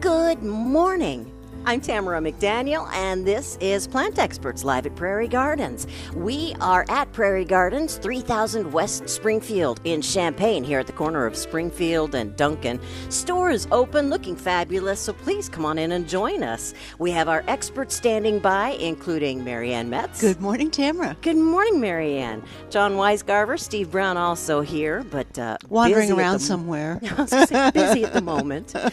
Good morning. I'm Tamara McDaniel, and this is Plant Experts Live at Prairie Gardens. We are at Prairie Gardens, 3000 West Springfield in Champaign, here at the corner of Springfield and Duncan. Store is open, looking fabulous, so please come on in and join us. We have our experts standing by, including Marianne Metz. Good morning, Tamara. Good morning, Marianne. John Weisgarver, Steve Brown also here, but uh, Wandering busy at around the- somewhere. I was gonna say, busy at the moment.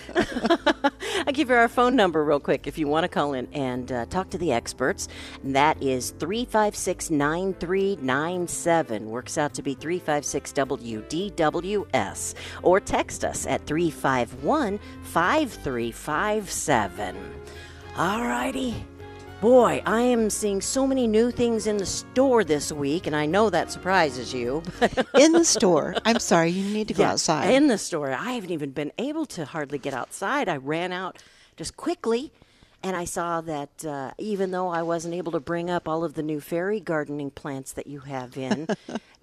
I'll give you our phone number real quick if you want to call in and uh, talk to the experts. And that is 356 9397. Works out to be 356 WDWS. Or text us at 351 5357. All righty. Boy, I am seeing so many new things in the store this week, and I know that surprises you. In the store. I'm sorry, you need to go Yeah, outside. In the store. I haven't even been able to hardly get outside. I ran out just quickly and I saw that uh, even though I wasn't able to bring up all of the new fairy gardening plants that you have in,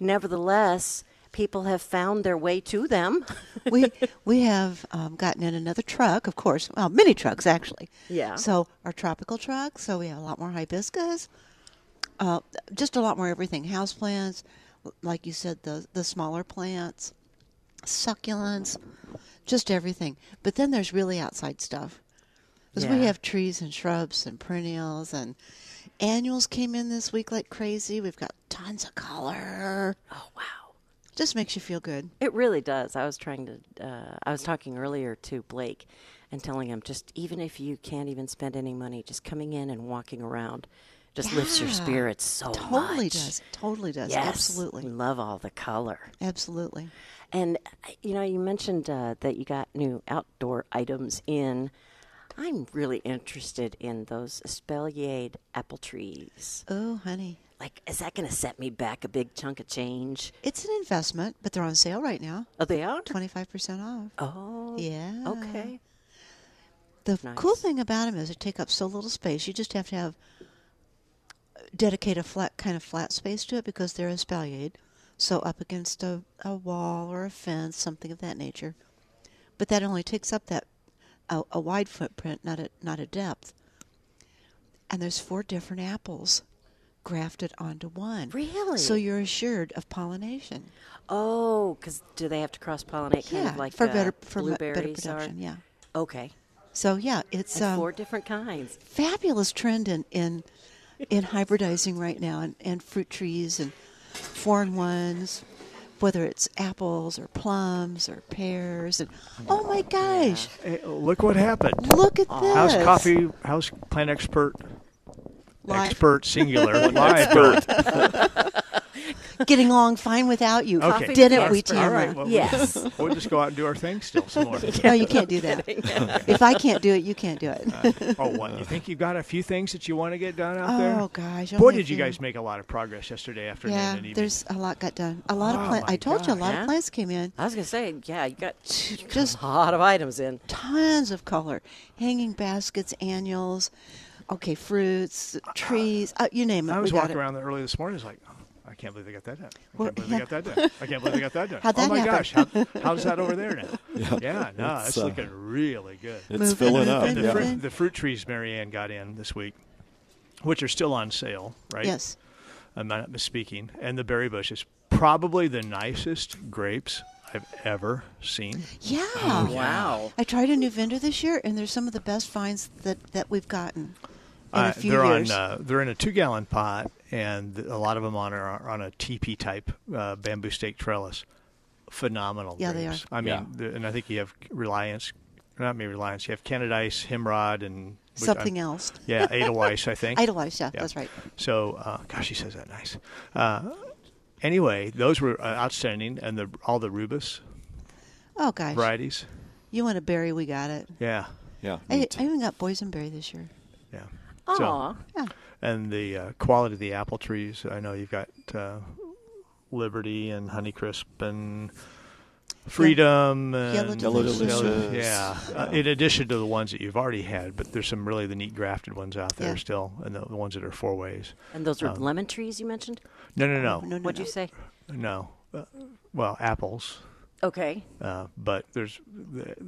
nevertheless, people have found their way to them. we we have um, gotten in another truck, of course. Well, mini trucks actually. Yeah. So our tropical truck. So we have a lot more hibiscus, uh, just a lot more everything. House plants, like you said, the the smaller plants, succulents, just everything. But then there's really outside stuff, because Yeah. we have trees and shrubs and perennials and annuals came in this week like crazy. We've got tons of color. Oh, wow. Just makes you feel good. It really does. I was trying to, uh, I was talking earlier to Blake and telling him just even if you can't even spend any money, just coming in and walking around just lifts your Yeah. spirits so Totally much. does. Totally does. Yes. Absolutely. Love all the color. Absolutely. And uh, you know, you mentioned uh, that you got new outdoor items in. I'm really interested in those espaliered apple trees. Oh, honey. Like, is that going to set me back a big chunk of change? It's an investment, but they're on sale right now. Are they out? 25% off. Oh, Oh, Yeah. Okay. The cool nice. thing about them is they take up so little space. You just have to have uh, dedicate a flat kind of flat space to it because they're espaliered. So up against a, a wall or a fence, something of that nature. But that only takes up that a, a wide footprint, not a not a depth. And there's four different apples grafted onto one. Really? So you're assured of pollination. Oh, because do they have to cross pollinate? Kind yeah, of like for uh, better for mu- blueberries better production. Are? Yeah. Okay. So yeah, it's And um, four different kinds. fabulous trend in in, in hybridizing right now, and, and fruit trees and foreign ones, whether it's apples or plums or pears. And oh my gosh, Hey, look what happened. look at this! House Oh, coffee, house plant expert, Live. expert singular, live expert. Getting along fine without you. Okay. Didn't we, Tamara? All right. Well, Yes. We, we'll just go out and do our thing still some more. no, you can't do that. if I can't do it, you can't do it. Oh, what? You think you've got a few things that you want to get done out there? oh gosh! only Boy, a did you few. guys make a lot of progress yesterday afternoon Yeah, and evening. there's a lot got done. A lot of Oh, plants. my I told you a God. lot Yeah. of plants came in. I was going to say, yeah, you got Just a lot of items in. tons of color hanging baskets annuals okay fruits trees uh, you name it I was we got walking it. around there early this morning. I was like, oh, I can't believe they got that done. I Well, can't believe they got that done. I can't believe they got that done. How'd oh that my happen? gosh, how, how's that over there now? Yeah, no, it's, it's, uh, looking really good. It's Moving, filling up. moving, the, Yeah. moving. fruit, the fruit trees Marianne got in this week, which are still on sale, right? yes I'm not misspeaking. And the berry bush is probably the nicest grapes I've ever seen. yeah Wow. i tried a new vendor this year and they're some of the best finds that that we've gotten in Uh, a few they're years on. Uh, they're in a two-gallon pot, and a lot of them on are on a teepee type uh, bamboo stake trellis. Phenomenal. Yeah, they grapes. are. I mean, Yeah. the, and I think you have Reliance, not me Reliance. You have Canadice, Himrod, and which I'm- something else Yeah, Edelweiss, I think. idolize yeah, uh, Yeah. that's right So, uh, gosh, he says that nice. Uh, anyway, those were uh, outstanding, and the all the rubus oh gosh varieties. you want a berry we got it Yeah, Yeah. I, me I too. even got boysenberry this year yeah. Aw. So, yeah and the uh, quality of the apple trees. I know you've got uh, Liberty and Honeycrisp and Freedom. and Yellow Delicious. Yeah. Uh, in addition to the ones that you've already had, but there's some really the neat grafted ones out there Yeah. still, and the, the ones that are four ways. And those are lemon trees you mentioned? No, no, no, no, no, What'd Oh, no. you say? no. Uh, well, apples. Okay. Uh, but there's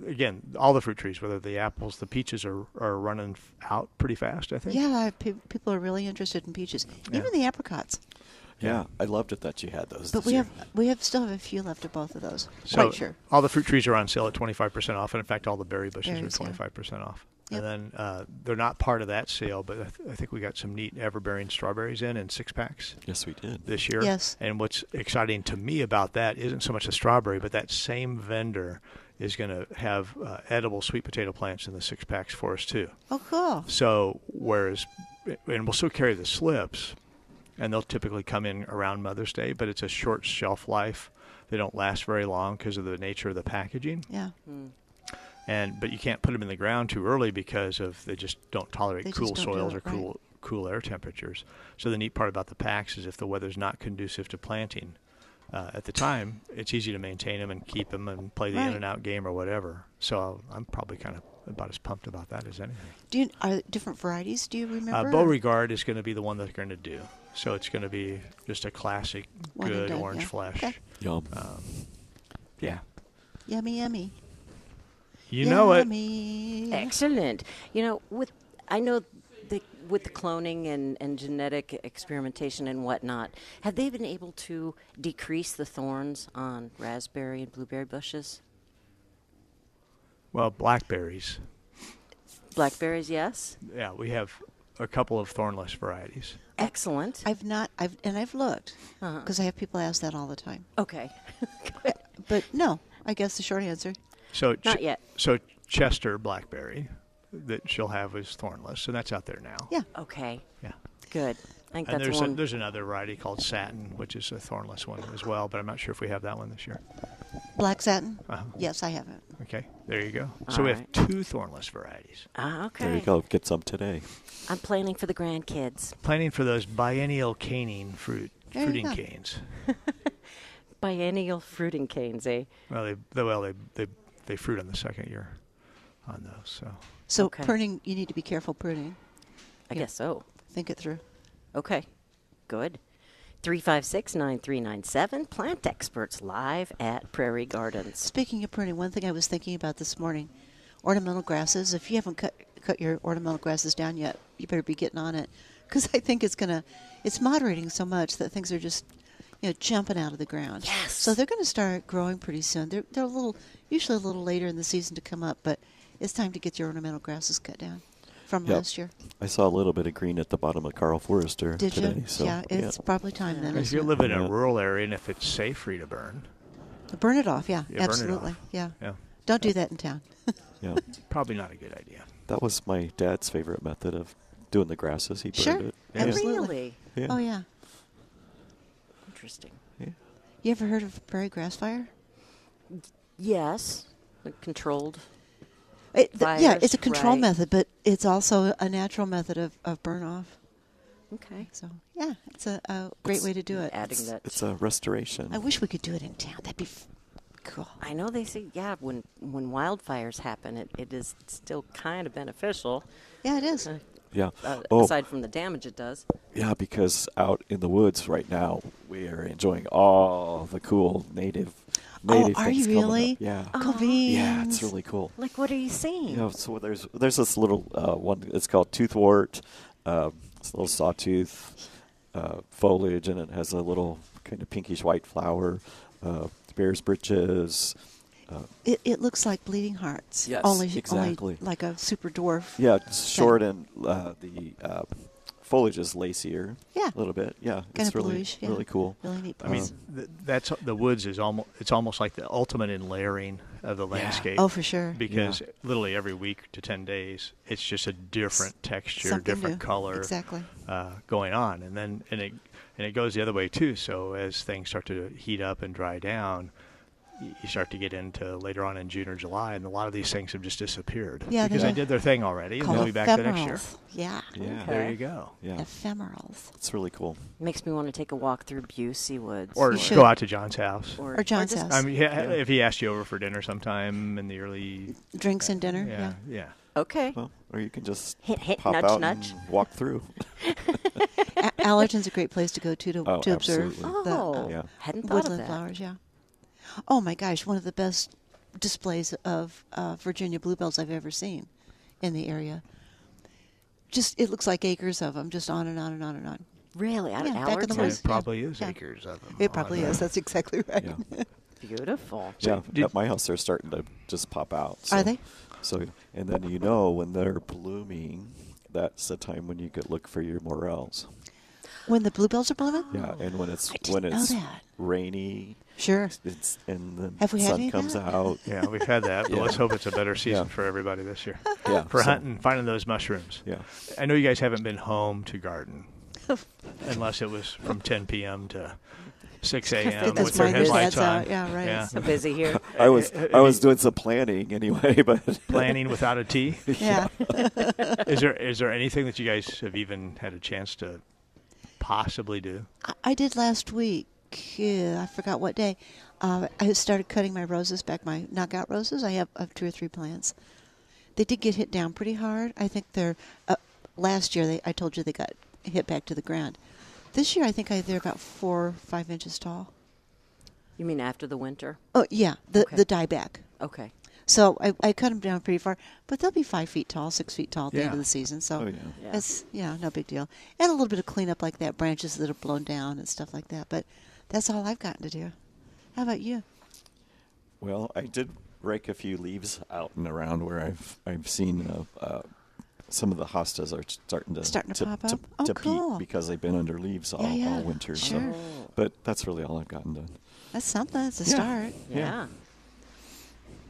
again all the fruit trees, whether the apples, the peaches are are running out pretty fast. I think. Yeah, I, pe- people are really interested in peaches, even the apricots. Yeah. Yeah, I loved it that you had those. But this we year. have uh, we have still have a few left of both of those. So Quite sure. all the fruit trees are on sale at 25% off, and in fact, all the berry bushes Berries, are yeah. 25% off. Yep. And then uh, they're not part of that sale, but I, th- I think we got some neat everbearing strawberries in in six packs Yes, we did. this year. Yes. And what's exciting to me about that isn't so much the strawberry, but that same vendor is going to have uh, edible sweet potato plants in the six packs for us too. Oh, cool. So whereas, and we'll still carry the slips, and they'll typically come in around Mother's Day, but it's a short shelf life. They don't last very long because of the nature of the packaging, Yeah, Hmm. and but you can't put them in the ground too early because of they just don't tolerate They just cool don't do soils it, or cool cool air temperatures. So the neat part about the packs is if the weather's not conducive to planting uh, at the time, it's easy to maintain them and keep them and play the in Right. and out game or whatever. So I'm probably kind of about as pumped about that as anything. do you are different varieties? Do you Uh, remember? Beauregard is going to be the one that's going to do. So it's going to be just a classic, One and good done, orange yeah. flesh. Okay. Yum. Uh, Um, yeah. Yummy, yummy. You know it. Yummy. Excellent. You know, with I know the, with the cloning and, and genetic experimentation and whatnot, have they been able to decrease the thorns on raspberry and blueberry bushes? Well, blackberries. Blackberries, yes. Yeah, we have a couple of thornless varieties. Excellent. I've not. I've and I've looked Uh-huh. because I have people ask that all the time. okay. But no, I guess the short answer. So Not yet. So Chester blackberry that she'll have is thornless, and that's out there now. Yeah. okay. Yeah. Good. I think And that's there's, the a, one. there's another variety called satin, which is a thornless one as well, but I'm not sure if we have that one this year. Black satin. Uh-huh. Yes, I haven't. Okay, there you go. so we Alright. have two thornless varieties. ah, okay. There you go. Get some today. I'm planning for the grandkids. planning for those biennial caning fruit There you fruiting go. canes. Biennial fruiting canes, eh? Well, they, they well they, they they fruit on the second year on those. So So Okay. pruning, you need to be careful pruning. I Yeah. guess so. Think it through. Okay. Good. 356 9397, Plant Experts Live at Prairie Gardens. Speaking of pruning, one thing I was thinking about this morning ornamental grasses. If you haven't cut, cut your ornamental grasses down yet, you better be getting on it because I think it's going to, it's moderating so much that things are just, you know, jumping out of the ground. Yes. So they're going to start growing pretty soon. They're, they're a little, usually a little later in the season to come up, but it's time to get your ornamental grasses cut down from Yep. last year. I saw a little bit of green at the bottom of Carl Forrester Did today. you? So, yeah, it's probably time then. if isn't you it? live in a Yeah. rural area and if it's safe for you to burn, Burn it off, yeah, you absolutely. burn it off. Yeah. yeah, Don't do that in town. yeah. probably not a good idea. That was my dad's favorite method of doing the grasses. He burned Sure. it. Yeah. Absolutely. Really? Yeah. Oh, yeah. Interesting. Yeah. You ever heard of prairie grass fire? Yes. Like controlled. It, th- yeah, Virus, it's a control right. method, but it's also a natural method of, of burn off. Okay. So yeah, it's a, a great way to do it. Adding that. It's a restoration. I wish we could do it in town. That'd be f- cool. I know they say, yeah, when, when wildfires happen, it, it is still kind of beneficial, Yeah, it is. uh, yeah. uh, oh, aside from the damage it does. yeah, because out in the woods right now, we are enjoying all the cool native oh, native are things you coming up. really? Oh, Yeah. Cool Yeah, it's beans. really cool. Like, what are you seeing? You know, so there's there's this little uh, one. It's called toothwort. Um, it's a little sawtooth uh, foliage, and it has a little kind of pinkish white flower. Uh, bear's britches. Uh, It, it looks like bleeding hearts. Yes, only exactly. Only like a super dwarf. yeah, it's short and uh, the uh, foliage is lacier. Yeah. a little bit. Yeah, Kind it's of really bluish. yeah. really cool. Really neat. I mean, place. th- that's the woods is almost it's almost like the ultimate in layering of the Yeah. landscape. oh, for sure. Because Yeah. literally every week to ten days, it's just a different texture, Something different new. color, Exactly. uh, going on, and then and it and it goes the other way too. So as things start to heat up and dry down, y- you start to get into later on in June or July, and a lot of these things have just disappeared Yeah, because they they do. did their thing already, and Called they'll be back the next year. ephemerals. Yeah. Yeah, Okay. There you go. yeah, Ephemerals. it's really cool. Makes me want to take a walk through Busey Woods. Or You should. go out to John's house. or, Or John's just- house. I mean, yeah, if he asked you over for dinner sometime in the early, Drinks and dinner. yeah, yeah. Okay. Well, or you can just Hit, hit, pop nudge, out nudge. and walk through. A- Allerton's a great place to go to to, Oh, to observe absolutely. the uh, Oh, Yeah. hadn't thought of woodland that. flowers. Yeah. oh my gosh, one of the best displays of uh, Virginia bluebells I've ever seen in the area. Just it looks like acres of them, just on and on and on and on. Really, out Yeah, of back in the So Allerton? woods. it probably is Yeah. acres of them. It probably on is. there. That's exactly right. Oh, Yeah. Beautiful. yeah, did- at my house they're starting to just pop out. Are so- they? So, and then you know when they're blooming, that's the time when you could look for your morels. When the bluebells are blooming? Yeah, and when it's Oh, I didn't when know it's that. rainy, Sure. it's and the Have we had sun any of comes that? out. Yeah, we've had that, but Yeah. let's hope it's a better season Yeah. for everybody this year. Yeah, For so- hunting, finding those mushrooms. Yeah. I know you guys haven't been home to garden, unless it was from 10 p.m. to 6 a.m. That's with their why there's ads headlights on. out. Yeah, right. So busy here. I was Uh, I was doing some planning anyway, but Planning without a T. Yeah. Is there is there anything that you guys have even had a chance to possibly do? I- I did last week. Yeah, I forgot what day. Uh, I started cutting my roses back, my knockout roses. I have uh, two or three plants. They did get hit down pretty hard. I think they're uh, last year. They I told you they got hit back to the ground. This year, I think I, they're about four, five inches tall. You mean after the winter? Oh yeah, the Okay. the die back. Okay. So I, I cut them down pretty far, but they'll be five feet tall, six feet tall at the end Yeah. of the season. So Oh, yeah. Yeah. it's yeah, no big deal. And a little bit of cleanup like that, branches that are blown down and stuff like that. But that's all I've gotten to do. How about you? Well, I did rake a few leaves out and around where I've I've seen uh, uh, some of the hostas are starting to Starting to pop up? Oh, to cool. peak because they've been under leaves all, yeah. all winter. Sure. So, but that's really all I've gotten done. That's something. That's a Yeah. start. Yeah.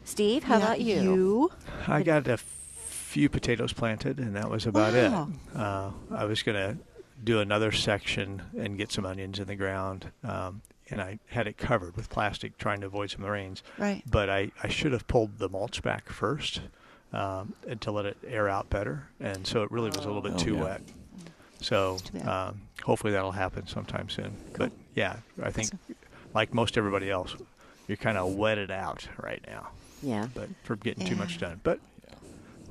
Steve, how Yeah, about you? You? I got a few potatoes planted, and that was about Wow. it. Uh, I was going to do another section and get some onions in the ground, um, and I had it covered with plastic, trying to avoid some of the rains. Right. But I, I should have pulled the mulch back first um, and to let it air out better, and so it really was a little bit Oh, too yeah. wet. So too bad. um, hopefully that'll happen sometime soon. But yeah, I think Awesome. like most everybody else, you're kind of wetted out right now, Yeah. but from getting too Yeah. much done. But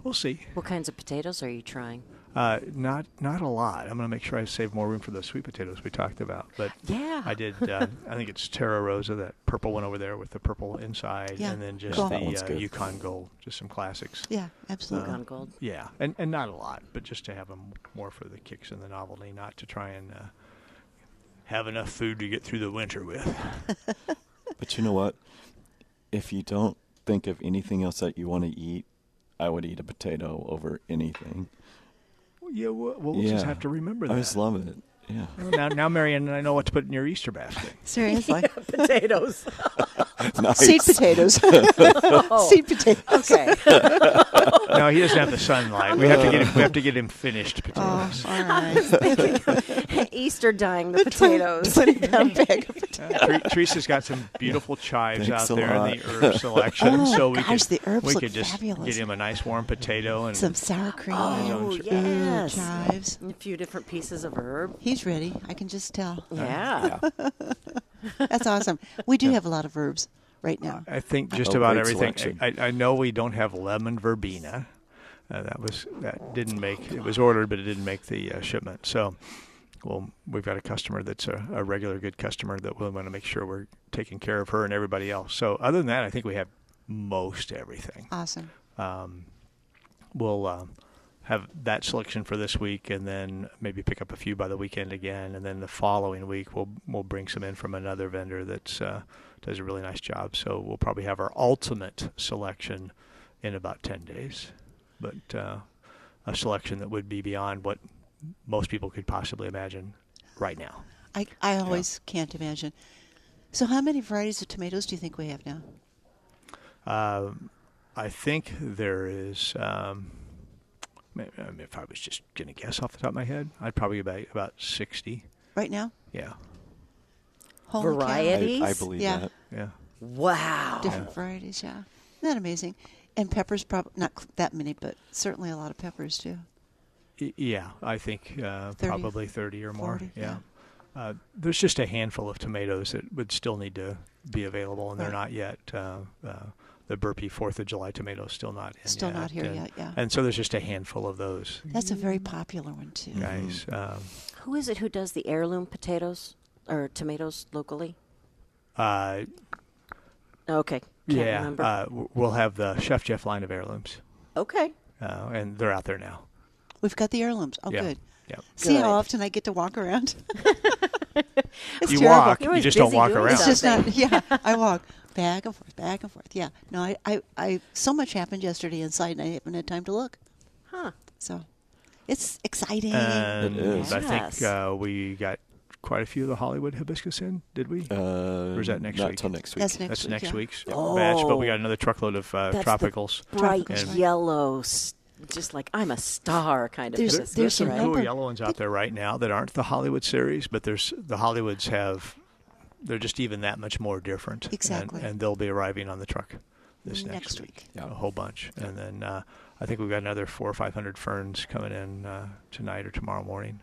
We'll see. What kinds of potatoes are you trying? Uh, not not a lot. I'm going to make sure I save more room for those sweet potatoes we talked about. But Yeah. I did. Uh, I think it's Terra Rosa, that purple one over there with the purple inside, Yeah, and then just cool. That one's the uh, good. Yukon Gold, just some classics. Yeah, Blue uh, absolutely. Um, Gone Gold. Yeah, and and not a lot, but just to have them more for the kicks and the novelty, not to try and uh, have enough food to get through the winter with. But you know what? If you don't think of anything else that you want to eat, I would eat a potato over anything. yeah, we'll, we'll just Yeah. have to remember I that. just love it. Yeah. now, now, Marion, and I know what to put in your Easter basket. Seriously. potatoes. Nice. Seed potatoes. Seed potatoes. Oh. Okay. No, he doesn't have the sunlight. We have to get him. We have to get him finished Oh, potatoes. all right. Easter dying the potatoes. Put it down back. Uh, Tre- Teresa's got some beautiful chives Thanks out a there in the lot. herb selection, Oh, so we gosh, could the herbs we look could just fabulous. get him a nice warm potato and Some sour cream. Oh, Ooh, yes. chives. And a few different pieces of herb. He's ready. I can just tell. Uh, Yeah. Yeah. That's awesome. We do have a lot of herbs right now. I think just Oh, about great everything. selection. I, I know we don't have lemon verbena. Uh, that was that didn't make it was ordered, but it didn't make the uh, shipment. So, well, we've got a customer that's a, a regular good customer that we want to make sure we're taking care of her and everybody else. So, other than that, I think we have most everything. Awesome. um, we'll um, have that selection for this week, and then maybe pick up a few by the weekend again, and then the following week we'll we'll bring some in from another vendor that's uh, does a really nice job. So we'll probably have our ultimate selection in about ten days, but uh, a selection that would be beyond what most people could possibly imagine right now. I, I always can't imagine. So, how many varieties of tomatoes do you think we have now? Um, I think there is. Um, ma- I mean, if I was just going to guess off the top of my head, I'd probably about about sixty. Right now? Yeah, Holy cow. Variety? I, I Potatoes? believe Yeah. that. yeah. Wow. Different varieties, yeah. Isn't that amazing? And peppers, probably not cl- that many, but certainly a lot of peppers, too. Y- Yeah, I think uh, 30, probably 30 or more. 40, yeah. Uh, there's just a handful of tomatoes that would still need to be available, and they're Right. not yet. Uh, uh, the Burpee Fourth of July tomato is still not in Still yet, not here and, yet, yeah. And so there's just a handful of those That's a Mm-hmm. very popular one, too. guys. Um, Who is it who does the heirloom potatoes or tomatoes locally? uh, Okay. Can't yeah, remember. uh, w- we'll have the Chef Jeff line of heirlooms, okay. uh, and they're out there now. We've got the heirlooms. Oh, yeah. good. Yeah. See Good. how often I get to walk around? it's You terrible. walk, You're you always just don't busy walk doing around. It's just Something. not. Yeah, I walk back and forth, back and forth. Yeah. No, I, I, I. So much happened yesterday inside, and I haven't had time to look. Huh. So, it's exciting. And It is. I Yes. think uh, we got quite a few of the Hollywood hibiscus in, did we? Uh, or is that next not week? till next week. That's next That's week. next yeah. week's batch, but we Oh. got another truckload of uh, That's the tropicals. Bright Tropicals, right. yellow, s- just like I'm a star kind of There's- business. there's some a right? cool number- yellow ones out there right now that aren't the Hollywood series, but there's the Hollywoods have they're just even that much more different. and- Exactly. And, they'll be arriving on the truck this next, Next week. week. Yeah. A whole bunch. And then uh, I think we've got another four or five hundred ferns coming in uh, tonight or tomorrow morning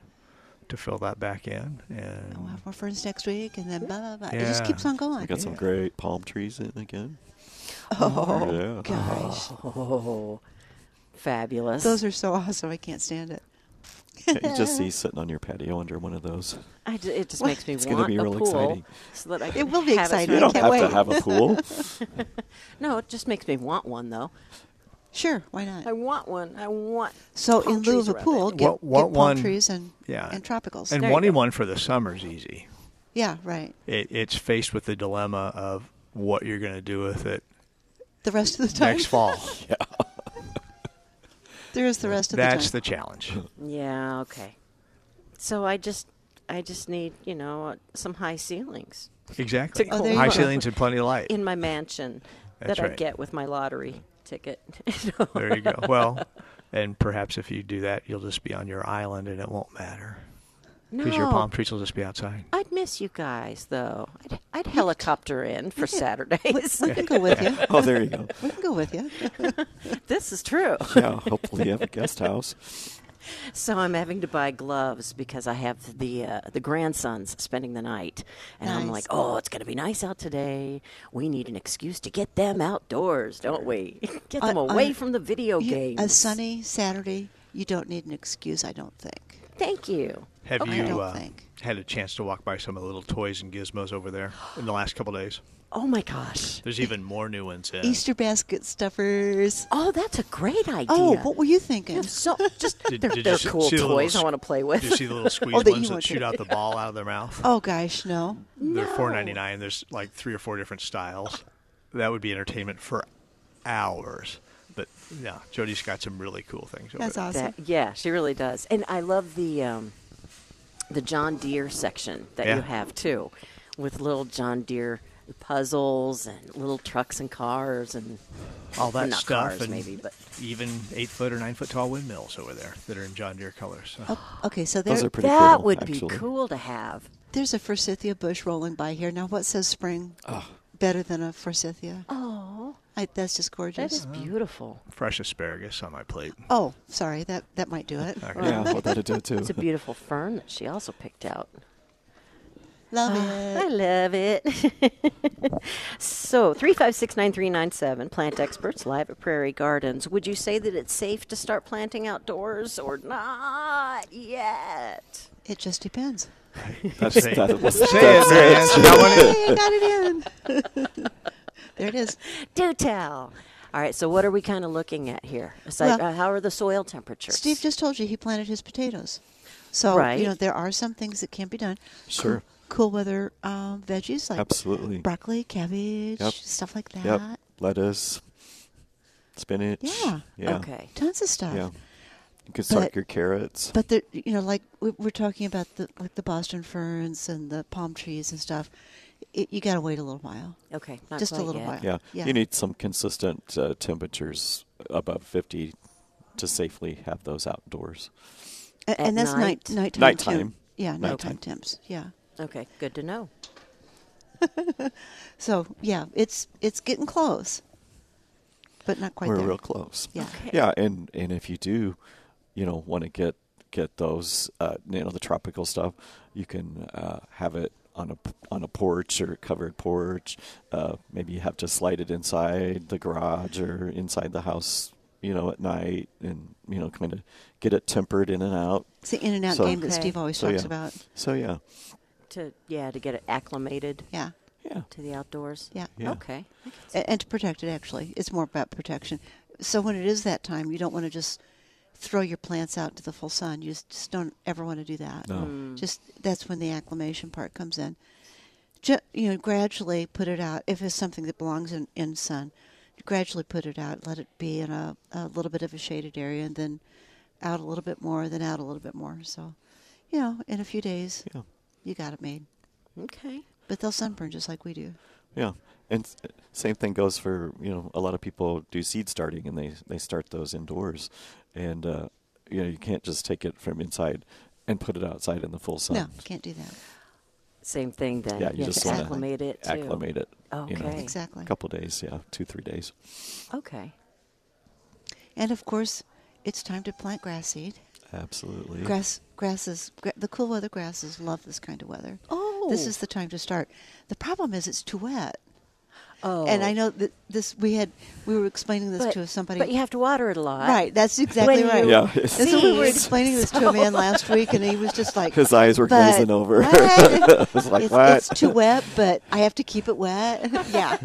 to fill that back in. And We'll have more friends next week, and then blah blah blah. It just Yeah. keeps on going. We got some Yeah. great palm trees in again. Oh yeah. gosh, Oh, fabulous. those are so awesome. I can't stand it. Can't you just see sitting on your patio under one of those? I d- it just makes me It's gonna want be a real pool exciting. so that I It can will be have exciting. You I don't can't have wait. to have a pool. No, it just makes me want one though. Sure, why not? I want one. I want. So palm in lieu trees of a around pool, it. get, What- what get palm one- trees and yeah. and tropicals. and There you wanting go. one for the summer's easy. yeah, right. It, it's faced with the dilemma of what you're going to do with it The rest of the time, next fall. there is the rest of That's the the time. challenge. Yeah. Okay. So I just, I just need you know some high ceilings Exactly. Oh, there you High go. ceilings and plenty of light. in my mansion That's that I right. get with my lottery ticket. You know? There you go. Well, and perhaps if you do that, you'll just be on your island and it won't matter because your No. palm trees will just be outside. I'd miss you guys though. I'd, I'd helicopter in for Saturdays. We can go with you. Oh, there you go. We can go with you. this is true. Yeah, hopefully you have a guest house. So I'm having to buy gloves because I have the uh, the grandsons spending the night, and I'm Nice. like, oh, it's gonna be nice out today. We need an excuse to get them outdoors, don't we? get them I- away I- from the video You- Oh, games. a sunny Saturday, you don't need an excuse. I don't think. Thank you. Have Okay. I you don't uh, think. had a chance to walk by some of the little toys and gizmos over there in the last couple days? Oh my gosh. There's even more new ones in. Easter basket stuffers. Oh, that's a great idea. Oh, what were you thinking? so just Did- they're, did you they're see- cool see the little toys I s- want to play Do you with. Oh, see the little squeeze that you ones that want to- shoot out the ball out of their mouth? Oh gosh, no. They're no. four ninety nine. There's like three or four different styles. That would be entertainment for hours. But yeah, Jody's got some really cool things. Over That's there. awesome. That- yeah, she really does. And I love the um, the John Deere section that Yeah. you have too, with little John Deere puzzles and little trucks and cars and all well, that not stuff, cars, and maybe, but- even eight foot or nine foot tall windmills over there that are in John Deere colors. Oh. So Okay, so Those there, are pretty that cool. would actually. be cool to have. there's a forsythia bush rolling by here. Now, what says spring better than a forsythia? Oh, I, that's just that gorgeous. is beautiful. Fresh asparagus on my plate. Oh, sorry, that that might do it. Okay. Yeah, well, that'd do it too. It's a beautiful fern that she also picked out. Love I it. love it. so three five six nine three nine seven. Plant experts live at Prairie Gardens. Would you say that it's safe to start planting outdoors or not yet? It just depends. That's, Say- that was, Say it, Mary Ann. She got one in. Hey, I got it in. there it is. Do tell. All right, so what are we kind of looking at here? Aside, Well- uh, how are the soil temperatures? Steve just told you he planted his potatoes. So Right. you know there are some things that can be done. Cool, Sure. cool weather um, veggies like Absolutely. broccoli, cabbage, Yep. stuff like that. Yep. Lettuce, spinach. Yeah. Yeah. Okay. Tons of stuff. Yeah. You could start But- your carrots. But the you know like we- we're talking about the like the Boston ferns and the palm trees and stuff. It, you got to wait a little while. Okay, not Just a quite little yet. while. yeah. yeah. You need some consistent uh, temperatures above 50 to safely have those outdoors. A- At and that's night? night nighttime. Nighttime. temp- Yeah, Nighttime. nighttime temps. Yeah. Okay, good to know. So yeah, it's it's getting close, but not quite We're there. real close. Yeah. Okay. Yeah, and and if you do, you know, want to get get those, uh, you know, the tropical stuff, you can uh, have it on a p- on a porch or covered porch. Uh, maybe you have to slide it inside the garage or inside the house, you know, at night, and you know, kind of get it tempered in and out. It's the in and out So- game that Okay. Steve always So, talks yeah. about. So yeah, To yeah, to get it acclimated. Yeah. Yeah. to the outdoors? Yeah. Yeah. Okay. A- and to protect it actually it's more about protection so when it is that time you don't want to just throw your plants out to the full sun you just, just don't ever want to do that No. just that's when the acclimation part comes in Ju- you know gradually put it out if it's something that belongs in, in sun gradually put it out let it be in a, a little bit of a shaded area and then out a little bit more then out a little bit more so you know in a few days Yeah. you got it made Okay. but they'll sunburn just like we do Yeah, and s- same thing goes for you know a lot of people do seed starting and they they start those indoors, and uh, you know you can't just take it from inside and put it outside in the full sun. no can't do that Same thing then. Yeah, you have just to wanna acclimate it. Too. acclimate it. You know, Okay. exactly A couple days, yeah, two three days. Okay. And of course, it's time to plant grass seed. Absolutely. Grass, grasses, gra- the cool weather grasses love this kind of weather. Oh. This is the time to start. The problem is it's too wet. Oh. And I know that this we had we were explaining this but, to somebody. But you have to water it a lot. right, that's exactly When right. you Yeah. And so we were sneeze, explaining this to a man last week, and he was just like, His eyes were "But glazing over. what? It's like, it's, "What?" it's too wet, but I have to keep it wet. yeah.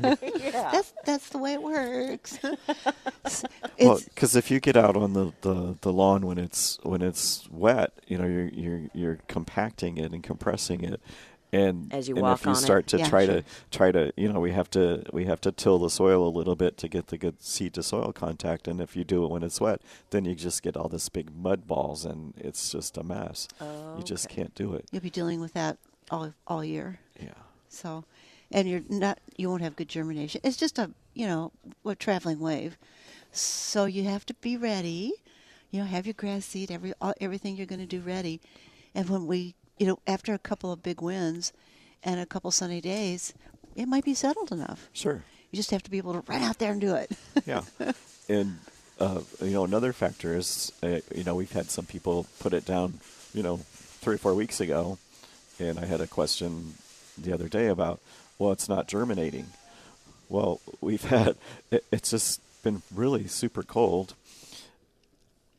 that's that's the way it works. it's, Well, because if you get out on the, the, the lawn when it's when it's wet, you know you're you're you're compacting it and compressing it, and As you and walk if you on it. start to Yeah, try sure. to try to you know we have to we have to till the soil a little bit to get the good seed to soil contact, and if you do it when it's wet, then you just get all this big mud balls, and it's just a mess. You just Okay. can't do it. you'll be dealing with that all all year. Yeah, So, and you're not you won't have good germination. It's just a you know a traveling wave, so you have to be ready. You know, have your grass seed, every all, everything you're going to do ready. And when we you know after a couple of big winds and a couple sunny days, it might be settled enough. sure. You just have to be able to run out there and do it. yeah. And uh, you know, another factor is uh, you know we've had some people put it down, you know, three or four weeks ago, and I had a question the other day about, well, it's not germinating. Well, we've had it, it's just been really super cold.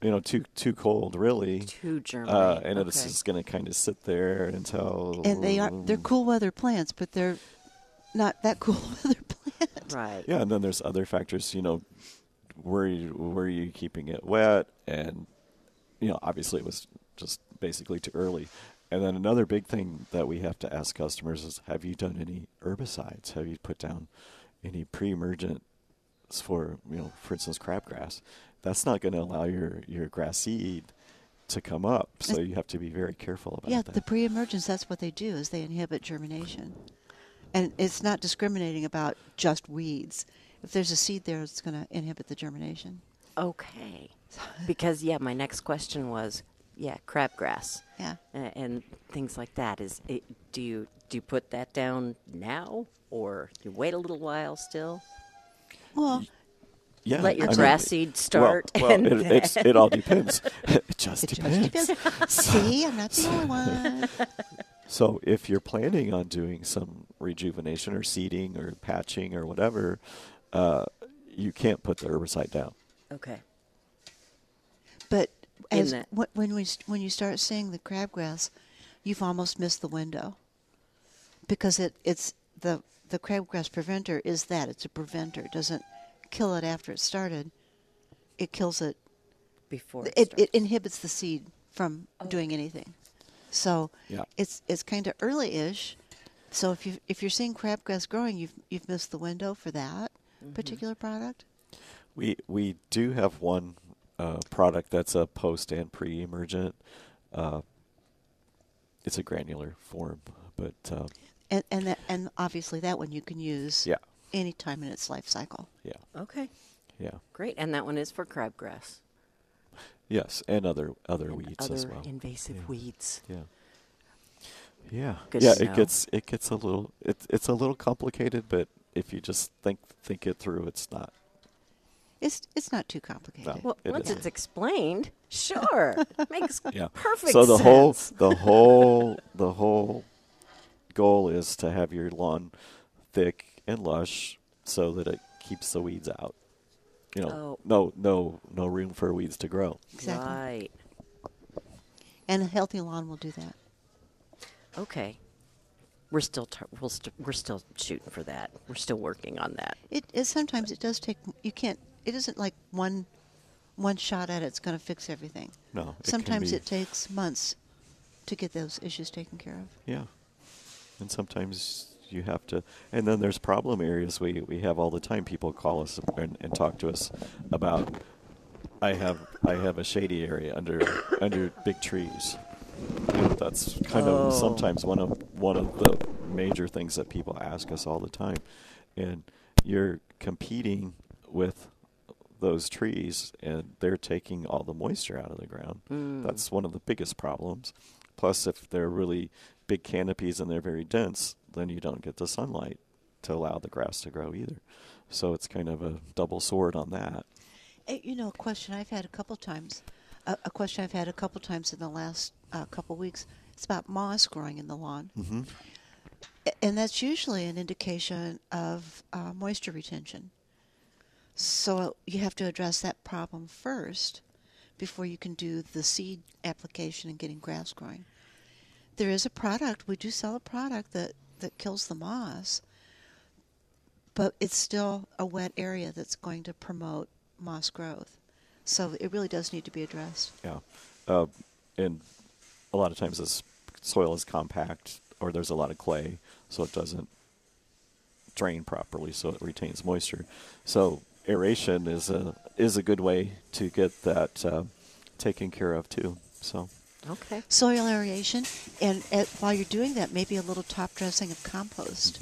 You know, too too cold, really. To Germany. Uh, and it's Okay. just going to kind of sit there until and they are they're cool weather plants, but they're not that cool weather plants. Right. Yeah, and then there's other factors. You know, were you, were you keeping it wet? And you know, obviously it was just basically too early. And then another big thing that we have to ask customers is: Have you done any herbicides? Have you put down any pre-emergent for you know, for instance, crabgrass? That's not going to allow your your grass seed to come up. So you have to be very careful about Yeah, that. the pre-emergence. That's what they do is they inhibit germination, and it's not discriminating about just weeds. If there's a seed there, it's going to inhibit the germination. Okay. Because yeah, my next question was yeah, crabgrass Yeah, and, and things like that. Is it, do you do you put that down now or you wait a little while still? well, yeah, Let your Uh, I mean, grass seed start Well, well, and it, it's, it all depends. it just it depends. just depends. See, I'm not the only one. So if you're planning on doing some rejuvenation or seeding or patching or whatever, uh, you can't put the herbicide down. okay. But In as that- wh- when we st- when you start seeing the crabgrass, you've almost missed the window because it it's the the crabgrass preventer is that it's a preventer. It doesn't kill it after it started. It kills it Before it, starts. Oh. it inhibits the seed from doing anything. So Yeah. it's it's kind of early-ish. So if you if you're seeing crabgrass growing, you've you've missed the window for that Mm-hmm. particular product. We we do have one uh, product that's a post and pre-emergent. Uh, it's a granular form, but um, And and that, and obviously that one you can use yeah, any time in its life cycle. yeah, okay. yeah, Great. And that one is for crabgrass. yes, and other other and weeds other as well. invasive Yeah. weeds. Yeah. Yeah. Good yeah, to it know. gets it gets a little it's it's a little complicated, but if you just think think it through, it's not. It's it's not too complicated. Well, It once is. it's explained, sure, it makes Yeah. perfect so the sense. whole the whole the whole goal is to have your lawn thick and lush so that it keeps the weeds out. You know, Oh. no no no room for weeds to grow. Exactly. Right. And a healthy lawn will do that. Okay. We're still t- we'll st- we're still shooting for that. We're still working on that. It, it sometimes it does take. You can't. It isn't like one one shot at it's going to fix everything. No, it can sometimes be- it takes months to get those issues taken care of. Yeah. And sometimes you have to, and then there's problem areas we, we have all the time. People call us and, and talk to us about, I have I have a shady area under under big trees. And that's kind Oh. of sometimes one of one of the major things that people ask us all the time, and you're competing with those trees and they're taking all the moisture out of the ground. That's one of the biggest problems. Plus, if they're really big canopies and they're very dense, then you don't get the sunlight to allow the grass to grow either. So it's kind of a double sword on that. Eh, You know, a question I've had a couple times, a, a question I've had a couple times in the last uh, couple weeks. It's about moss growing in the lawn, mm-hmm. and that's usually an indication of uh, moisture retention. So you have to address that problem first before you can do the seed application and getting grass growing. There is a product we do sell a product that that kills the moss, but it's still a wet area that's going to promote moss growth. So it really does need to be addressed. Yeah. Uh, and a lot of times this soil is compact or there's a lot of clay, so it doesn't drain properly, so it retains moisture. So aeration is a is a good way to get that uh, taken care of too. So Okay. Soil aeration, and at, while you're doing that, maybe a little top dressing of compost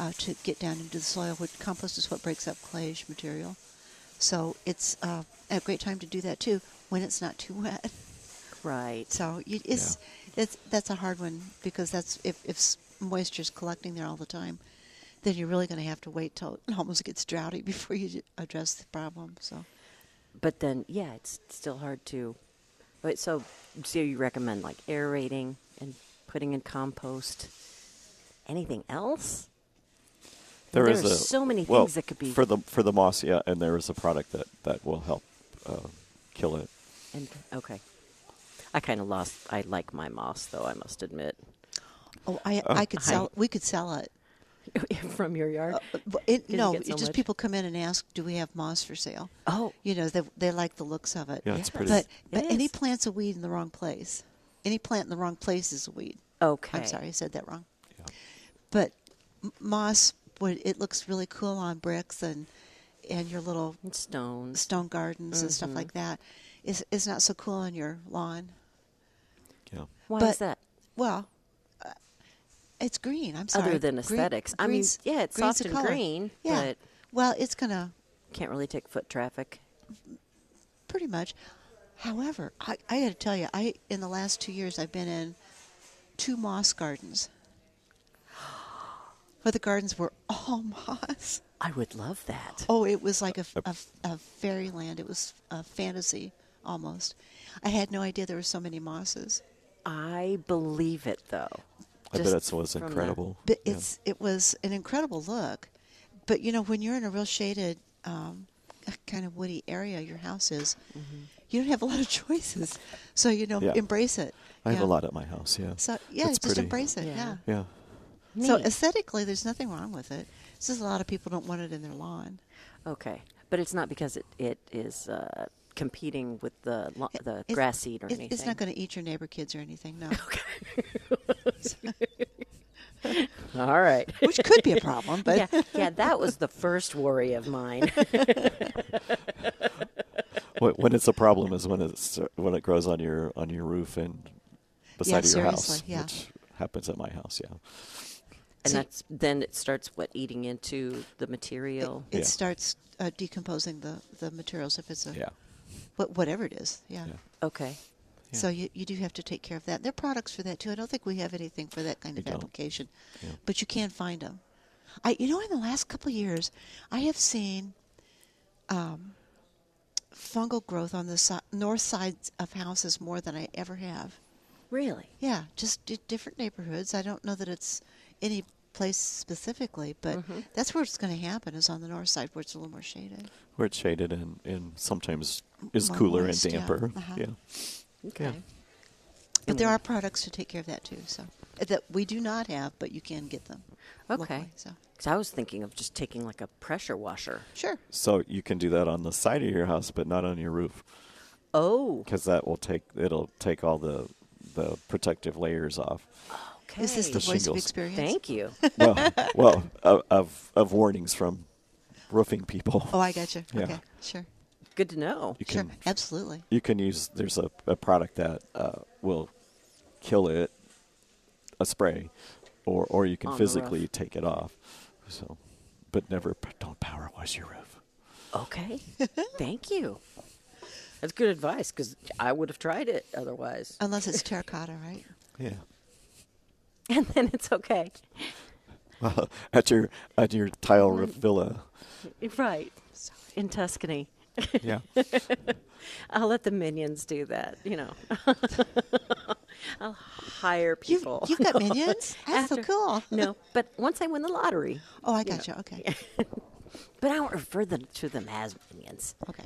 uh, to get down into the soil. Which compost is what breaks up clayish material, so it's uh, a great time to do that too when it's not too wet. Right. So you, it's that's that's a hard one because that's if if s- moisture's collecting there all the time, then you're really going to have to wait till it almost gets droughty before you address the problem. So But then, yeah, it's still hard to. But so, so you recommend like aerating and putting in compost. Anything else? There are so many well, things that could be- for the for the moss, yeah, and there is a product that that will help uh, kill it. And okay, I kind of lost. I like my moss, though. I must admit, oh, I I could sell we could sell it. from your yard. Uh, But It, 'Cause you no, get it's so just much. people come in and ask, "Do we have moss for sale?" Oh. you know they they like the looks of it. Yeah, it's pretty. But but It any is. plant's a weed in the wrong place. Any plant in the wrong place is a weed. Okay. I'm sorry, I said that wrong. Yeah. But m- moss, would, it looks really cool on bricks and and your little And Stones. stone gardens and stuff Mm-hmm. like that. Is is not so cool on your lawn. yeah. Why but is that? Well, uh, it's green. I'm sorry. Other than Green- aesthetics. I mean, green's- yeah, it's green's the often color. green, Yeah. but- well, it's gonna Can't really take foot traffic. pretty much. However, I, I got to tell you, I in the last two years I've been in two moss gardens, where the gardens were all moss. I would love that. Oh, it was like a, a, a fairyland. It was a fantasy almost. I had no idea there were so many mosses. I believe it, though. I bet Just it was from the- incredible. But Yeah. it's it was an incredible look. But you know, when you're in a real shaded, um, kind of woody area, your house is, you don't have a lot of choices. So you know, Mm-hmm. Yeah. embrace it. I have Yeah. a lot at my house. Yeah. So yeah, It's just pretty. embrace it. Yeah. Yeah. Yeah. So Neat. aesthetically, there's nothing wrong with it. It's just a lot of people don't want it in their lawn. Okay, but it's not because it it is uh, competing with the lo- the It- grass seed or it- anything. It's not going to eat your neighbor kids or anything. No, All right. which could be a problem. But yeah, yeah, that was the first worry of mine. Wh- when it's a problem is when it's when it grows on your on your roof and beside your house, seriously, yeah. which happens at my house. Yeah. and See- that's then it starts what eating into the material. it Yeah. starts uh, decomposing the, the materials if it's a Yeah. wha- whatever it is. Yeah. Yeah. Okay. So you, you do have to take care of that. There are products for that too. I don't think we have anything for that kind We of don't. application, Yeah. but you can find them. I you know in the last couple of years, I have seen um, fungal growth on the si- north sides of houses more than I ever have. Really? Yeah, just di- different neighborhoods. I don't know that it's any place specifically, but that's where it's going to happen is on the north side where it's a little more shaded. Where it's shaded and, and sometimes is More cooler moist, and yeah. damper. Uh-huh. Yeah. Okay. But there are products to take care of that too. So uh, that we do not have, but you can get them. Okay. locally, so Because I was thinking of just taking like a pressure washer. sure. So you can do that on the side of your house, but not on your roof, Oh, because that will take it'll take all the the protective layers off. okay. Is this the The voice of shingles. experience? Thank you. well, well, of, of of warnings from roofing people. Oh, I got you. Yeah. Okay, sure, Good to know. You sure, can absolutely. you can use there's a, a product that uh, will kill it, a spray, or or you can On the roof. physically take it off. So, but never p- don't power wash your roof. Okay. Thank you. That's good advice because I would have tried it otherwise. Unless it's terracotta, right? Yeah. and then it's okay. Well, at your at your tile roof villa. Right. In Tuscany. Yeah. I'll let the minions do that, you know. I'll hire You've, people. you've got minions. That's so After- cool. no, but once I win the lottery, Oh, I got you. Okay, but I won't refer them to them as minions. okay.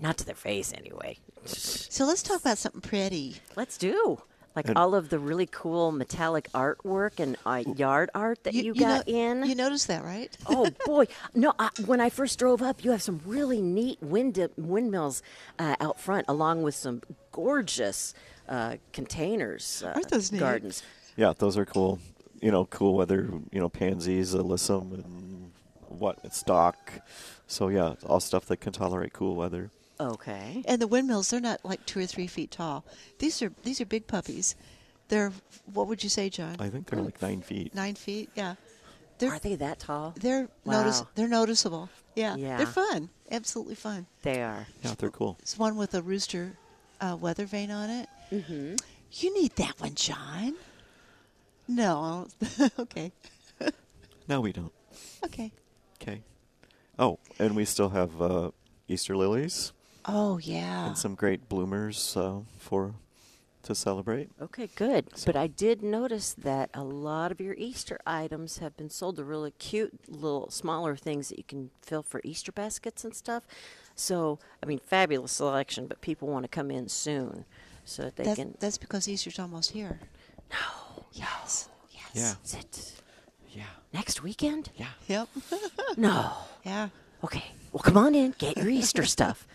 Not to their face, anyway. So let's talk about something pretty. Let's do. Like And- all of the really cool metallic artwork and uh, yard art that you, know- got in. You noticed that, right? oh boy! No, I, when I first drove up, you have some really neat wind windmills uh, out front, along with some gorgeous uh, containers. Uh, Aren't those neat? gardens? Yeah, those are cool. You know, cool weather. You know, pansies, alyssum, and what stock. So yeah, all stuff that can tolerate cool weather. Okay. And the windmills, they're not like two or three feet tall. These are these are big puppies. They're what would you say, John? I think they're like nine feet. Nine feet. Yeah. Are they that tall? They're Wow. notice. They're noticeable. Yeah. Yeah. They're fun. Absolutely fun. They are. Yeah, they're cool. It's one with a rooster uh, weather vane on it. Mm-hmm. You need that one, John. No. I don't- okay. No, we don't. Okay. Okay. Oh, and we still have uh, Easter lilies Oh yeah. and some great bloomers uh, for to celebrate. Okay, good. But I did notice that a lot of your Easter items have been sold. The really cute little smaller things that you can fill for Easter baskets and stuff. So, I mean, fabulous selection, but people want to come in soon so that they that's, can that's because Easter's almost here. No. Yes. Yes. Yeah. Is it Yeah. next weekend? Yeah. Yep. No. yeah. Okay. Well, come on in. Get your Easter stuff.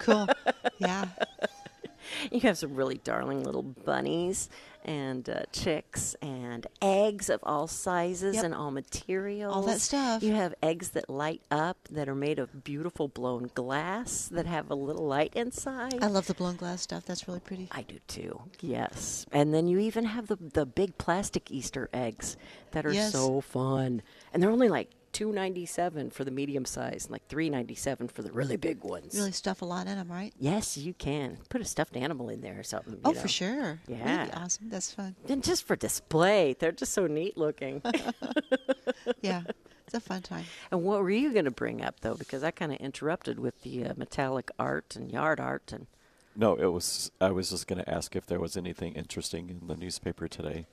Cool. Yeah. You have some really darling little bunnies and uh, chicks and eggs of all sizes Yep. and all materials. stuff. You have eggs that light up that are made of beautiful blown glass that have a little light inside. I love the blown glass stuff. That's really pretty. I do too. Yes. And then you even have the the big plastic Easter eggs that are Yes. so fun. And they're only like 297 for the medium size and like 397 for the really big ones. Really stuff a lot in them, right? Yes, you can. Put a stuffed animal in there or something. you Oh, know. for sure. Yeah. Really awesome. That's fun. And just for display, they're just so neat looking. Yeah. it's a fun time. and what were you going to bring up though? Because I kind of interrupted with the uh, metallic art and yard art, and No, it was. I was just going to ask if there was anything interesting in the newspaper today.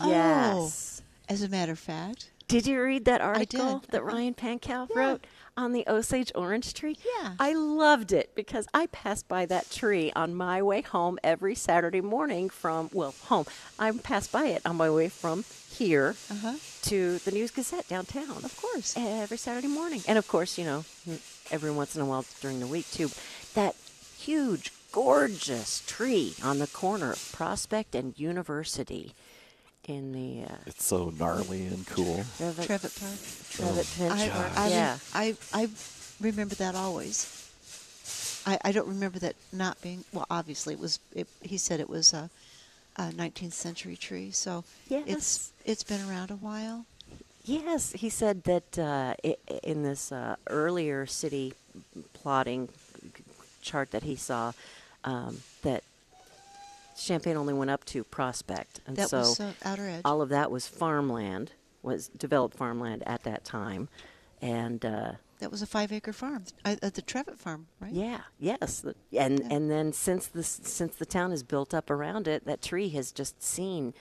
Oh. yes. As a matter of fact, Did you read that did. Uh-huh. article that Ryan Pankow wrote on the Osage orange tree? Yeah. I loved it because I passed by that tree on my way home every Saturday morning from, well, home. I passed by it on my way from here to the News Gazette downtown. uh-huh, of course. Every Saturday morning. And of course, you know, every once in a while during the week too. That huge, gorgeous tree on the corner of Prospect and University in the uh, It's so gnarly and cool. Trevet, Trevitt Park. Trevet I, Pinch Park. I, yeah. I, I remember that always. I, I don't remember that not being, well, obviously it was, it, he said it was a, a 19th century tree. So Yes. it's, it's been around a while. Yes, he said that uh, i- in this uh, earlier city plotting chart that he saw, um, that Champagne only went up to Prospect, and That so was uh, Outer Edge. all of that was farmland, was developed farmland at that time, and uh, that was a five acre farm, uh, uh, the Trevitt farm, right? yeah, yes, the- and and then since the since the town is built up around it, that tree has just seen.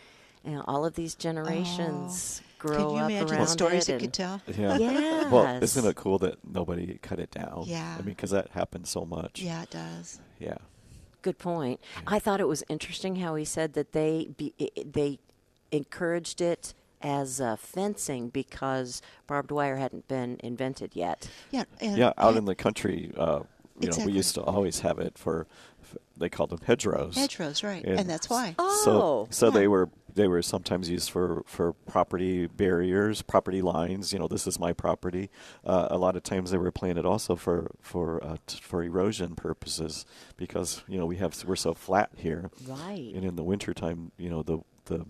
You know, all of these generations grow Can Oh. you up imagine around the stories it it and- could tell? Yeah. Yes. Well, isn't it cool that nobody cut it down? Yeah. I mean, because that happens so much. Yeah, it does. Yeah. Good point. I thought it was interesting how he said that they be, i- i- they encouraged it as uh, fencing because barbed wire hadn't been invented yet. Yeah. And Yeah, out and in the country, uh, you know, Exactly. we used to always have it for, f they called them hedgerows. hedgerows, right? Yeah. And that's why. Oh, So, so yeah. they were they were sometimes used for, for property barriers, property lines. You know, this is my property. Uh, a lot of times they were planted also for for uh, t- for erosion purposes because you know we have we're so flat here, Right. and in the wintertime, you know the the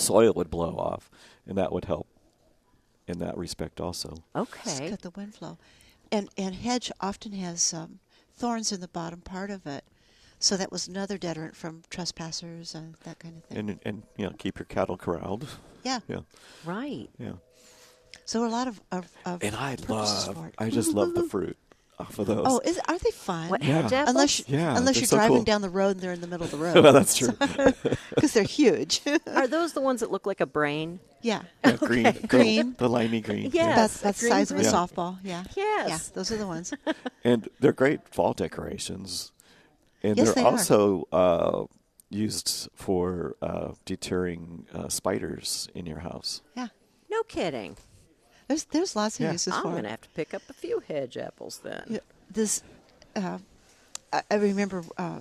soil would blow off, and that would help in that respect also. Just Okay. cut the wind flow. And and hedge often has um, thorns in the bottom part of it, so that was another deterrent from trespassers and that kind of thing. And and you know keep your cattle corralled. yeah. Yeah, Right. yeah. So a lot of of, of And I purposes for love it. I just love the fruit off of those. Oh, is, are they fun? What Yeah. hedge apples? Unless Yeah, unless they're you're so driving cool. down the road and they're in the middle of the well, road that's true. because they're huge. Are those the ones that look like a brain? yeah. Yeah, green, the- Green. the, limey green. Yes, that's a that's the green size of a grape. softball. Yeah. Yes. Yeah, those are the ones. and they're great fall decorations, and Yes, they're they are. also uh, used for uh, deterring uh, spiders in your house. Yeah. No kidding. There's there's lots of Yeah. uses I'm for going it. to have to pick up a few hedge apples then. Yeah, this uh, I, I remember uh,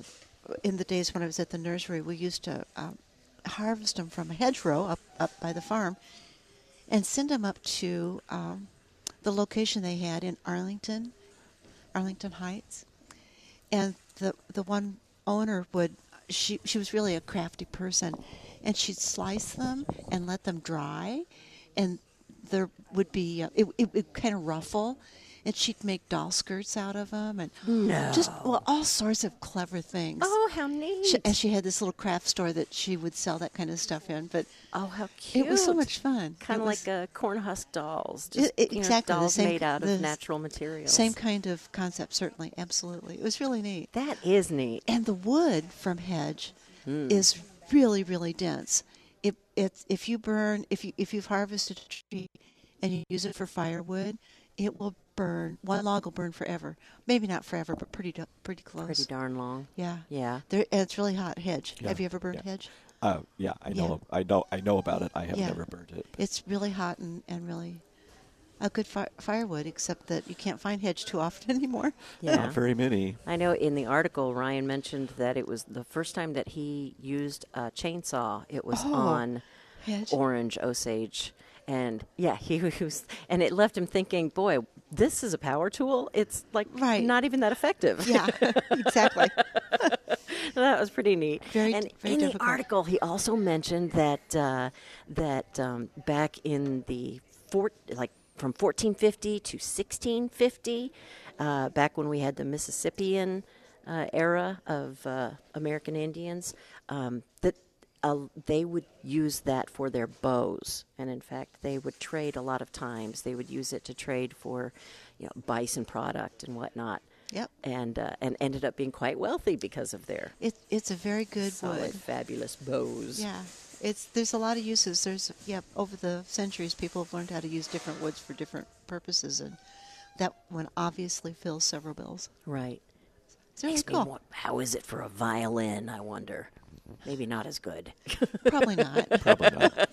in the days when I was at the nursery, we used to um, harvest them from a hedgerow up up by the farm, and send them up to um, the location they had in Arlington, Arlington Heights, and the the one owner would she she was really a crafty person, and she'd slice them and let them dry, and there would be uh, it it would kind of ruffle, and she'd make doll skirts out of them and just well all sorts of clever things. Oh, how neat. She, and she had this little craft store that she would sell that kind of stuff in, but oh, how cute. it was so much fun. Kind It of was- like uh, corn husk dolls. Just, it- you know, exactly, the dolls same- made out the of natural materials. Same kind of concept, certainly, absolutely. It was really neat. That is neat. And the wood from hedge Hmm. is really, really dense. It, it, if you burn, if you if you've harvested a tree and you use it for firewood, it will burn. One log will burn forever. Maybe not forever, but pretty do- pretty close. Pretty darn long. Yeah. Yeah. There, and it's really hot hedge. Have Yeah, you ever burned yeah. hedge? Uh, yeah, I know. I know. I know about it. I have Yeah. never burned it. It's really hot and, and really a good fi- firewood, except that you can't find hedge too often anymore. Yeah. Not very many. I know in the article Ryan mentioned that it was the first time that he used a chainsaw. It was Oh. on Hedge. Orange Osage. And yeah, he was, and it left him thinking, boy, this is a power tool. It's like Right. not even that effective. Yeah, exactly. that was pretty neat. Very- and very in difficult. the article, he also mentioned that uh, that um, back in the four, like from 1450 to 1650, uh, back when we had the Mississippian uh, era of uh, American Indians, um, that. Uh, they would use that for their bows, and in fact, they would trade a lot of times. They would use it to trade for, you know, bison product and whatnot. Yep. And uh, and ended up being quite wealthy because of their It, it's a very good solid, wood. fabulous bows. Yeah, it's there's a lot of uses. There's yeah, over the centuries, people have learned how to use different woods for different purposes, and that one obviously fills several bills. Right. It's really Makes me cool. want- how is it for a violin, I wonder? Maybe not as good. Probably not. Probably not.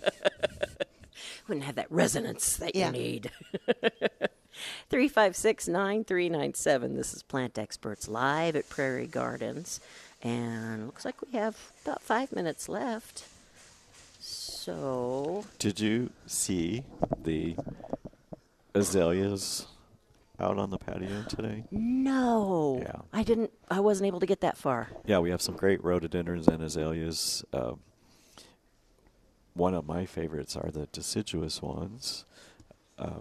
Wouldn't have that resonance that Yeah. you need. 356 9397. This is Plant Experts live at Prairie Gardens. And looks like we have about five minutes left. So, Did you see the azaleas out on the patio today? no. Yeah. I didn't, I wasn't able to get that far. Yeah, we have some great rhododendrons and azaleas. Uh, one of my favorites are the deciduous ones, uh,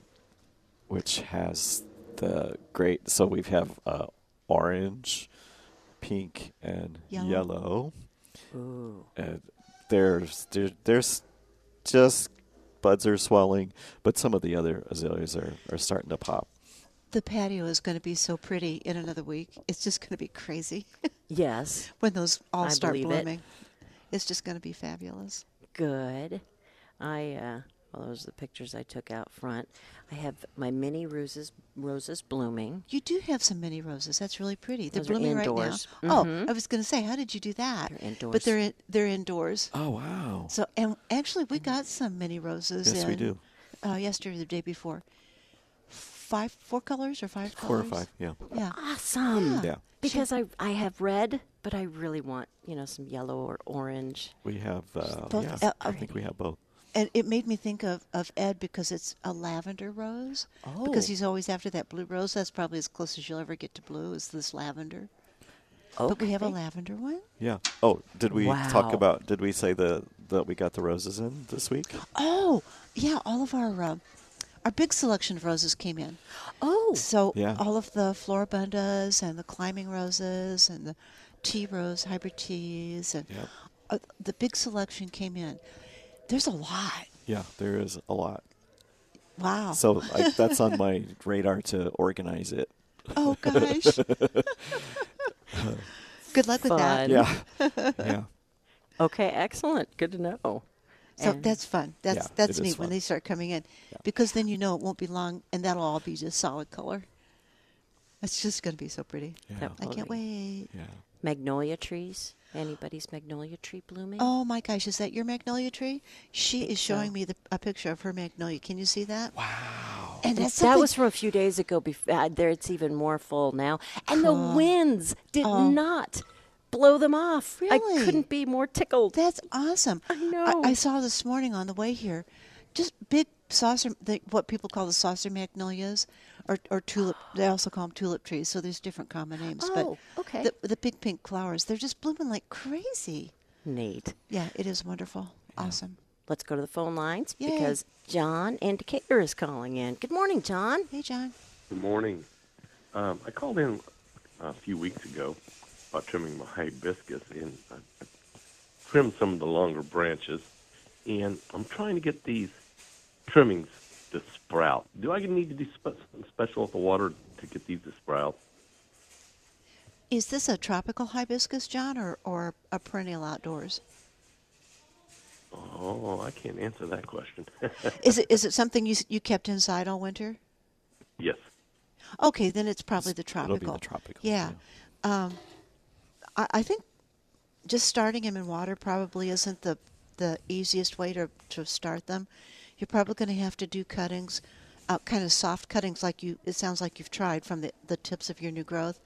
which has the great. So we have uh, orange, pink, and Yellow. yellow. Ooh. And there's there, there's just buds are swelling, but some of the other azaleas are, are starting to pop. the patio is going to be so pretty in another week. It's just going to be crazy Yes. when those all I start believe it. blooming. It's just going to be fabulous. good. I uh, Well, those are the pictures I took out front. I have my mini roses roses blooming. You do have some mini roses. That's really pretty. They're Those are blooming indoors. right now. Mhm. Oh, I was going to say, how did you do that? They're indoors. But they're in, they're indoors. Oh wow. So and actually, we got some mini roses. Yes, in, we do. Uh, yesterday, or the day before, five, four colors or five Four or colors. five. Yeah. Yeah. Awesome. Yeah. Because I I have red, but I really want, you know, some yellow or orange. We have. Uh, both yeah. are I think we have both. And it made me think of, of Ed because it's a lavender rose. Because Oh. he's always after that blue rose. That's probably as close as you'll ever get to blue is this lavender. Oh, But we have a lavender one. Yeah. Oh, did we Wow. talk about? Did we say the that we got the roses in this week? Oh, yeah. All of our uh, our big selection of roses came in. Oh, So Yeah. all of the floribundas and the climbing roses and the tea rose, hybrid teas, and Yep. uh, the big selection came in. There's a lot. Yeah. There is a lot. Wow. So I, that's on my radar to organize it. oh gosh. Good luck with Fun. that. Yeah. yeah. okay, excellent. Good to know. So And- that's fun. That's Yeah, that's it is neat when fun. they start coming in, because then you know it won't be long, and that'll all be just solid color. It's just going to be so pretty. Yeah. I can't wait. Yeah. Magnolia trees. Anybody's magnolia tree blooming? Oh my gosh, is that your magnolia tree? She is showing so. me the, a picture of her magnolia. Can you see that? Wow. And And that's that something- was from a few days ago. Before uh, there, it's even more full now, and the winds did not blow them off. I Oh. Really? couldn't be more tickled. That's awesome. I know. I, saw this morning on the way here, just big saucer, the, what people call the saucer magnolias, or, or tulip. They also call them tulip trees. So there's different common names. Oh, but okay. The, the big pink flowers, they're just blooming like crazy. Neat. Yeah, it is wonderful. Awesome. Let's go to the phone lines Yay. because John Indicator is calling in. Good morning, John. Hey, John. Good morning. Um, I called in a few weeks ago about trimming my hibiscus, and I I trimmed some of the longer branches. And I'm trying to get these trimmings to sprout. Do I need to do spe- something special with the water to get these to sprout? Is this a tropical hibiscus, John, or, or a perennial outdoors? Oh, I can't answer that question. Is it is it something you s- you kept inside all winter? yes. Okay, then it's probably the it'll tropical. be the tropical, Yeah. Um, I, I think just starting them in water probably isn't the the easiest way to, to start them. You're probably going to have to do cuttings, uh, kind of soft cuttings, like you. It sounds like you've tried from the, the tips of your new growth.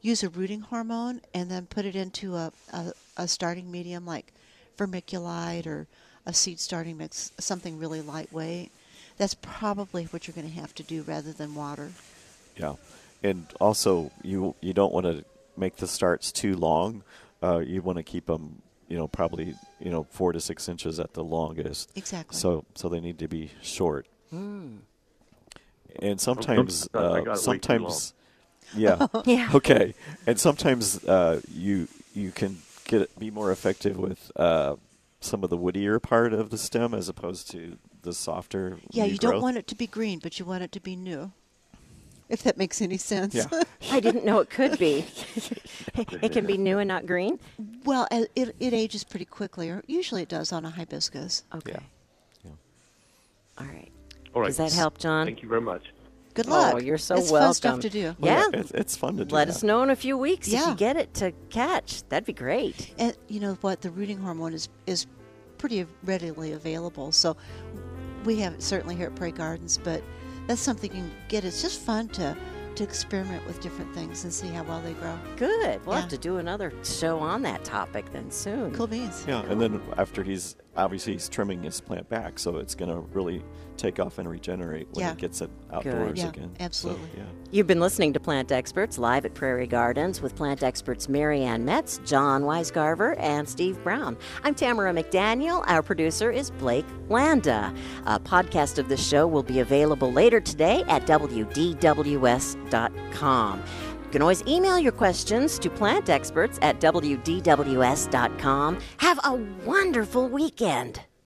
Use a rooting hormone and then put it into a, a, a starting medium like vermiculite or a seed starting mix, something really lightweight. That's probably what you're going to have to do rather than water. Yeah, and also you you don't want to make the starts too long. Uh, you want to keep them, you know, probably you know four to six inches at the longest. Exactly. So so they need to be short. And sometimes I got it way uh, too sometimes yeah Yeah. okay. And sometimes uh, you you can get be more effective with uh, some of the woodier part of the stem as opposed to the softer. Yeah, new you growth. don't want it to be green, but you want it to be new. If that makes any sense. Yeah. I didn't know it could be. it can be new and not green. well, it, it it ages pretty quickly, or usually it does on a hibiscus. Okay. Yeah. Yeah. All right. All right. Does that help, John? Thank you very much. Good Oh, luck. you're so it's fun stuff welcome. to do. Yeah. it's, it's fun to do Let that. us know in a few weeks if Yeah. you get it to catch. That'd be great. And you know what? The rooting hormone is is pretty readily available. So we have it certainly here at Prairie Gardens, but that's something you can get. It's just fun to to experiment with different things and see how well they grow. Good. We'll Yeah. have to do another show on that topic then soon. Cool beans. Yeah, and then after he's obviously he's trimming his plant back, so it's going to really take off and regenerate when Yeah. it gets it outdoors Yeah, again. absolutely. So, yeah. You've been listening to Plant Experts live at Prairie Gardens with plant experts Marianne Metz, John Weisgarver, and Steve Brown. I'm Tamara McDaniel. Our producer is Blake Landa. A podcast of this show will be available later today at WDWS.com. You can always email your questions to plantexperts at WDWS.com. Have a wonderful weekend.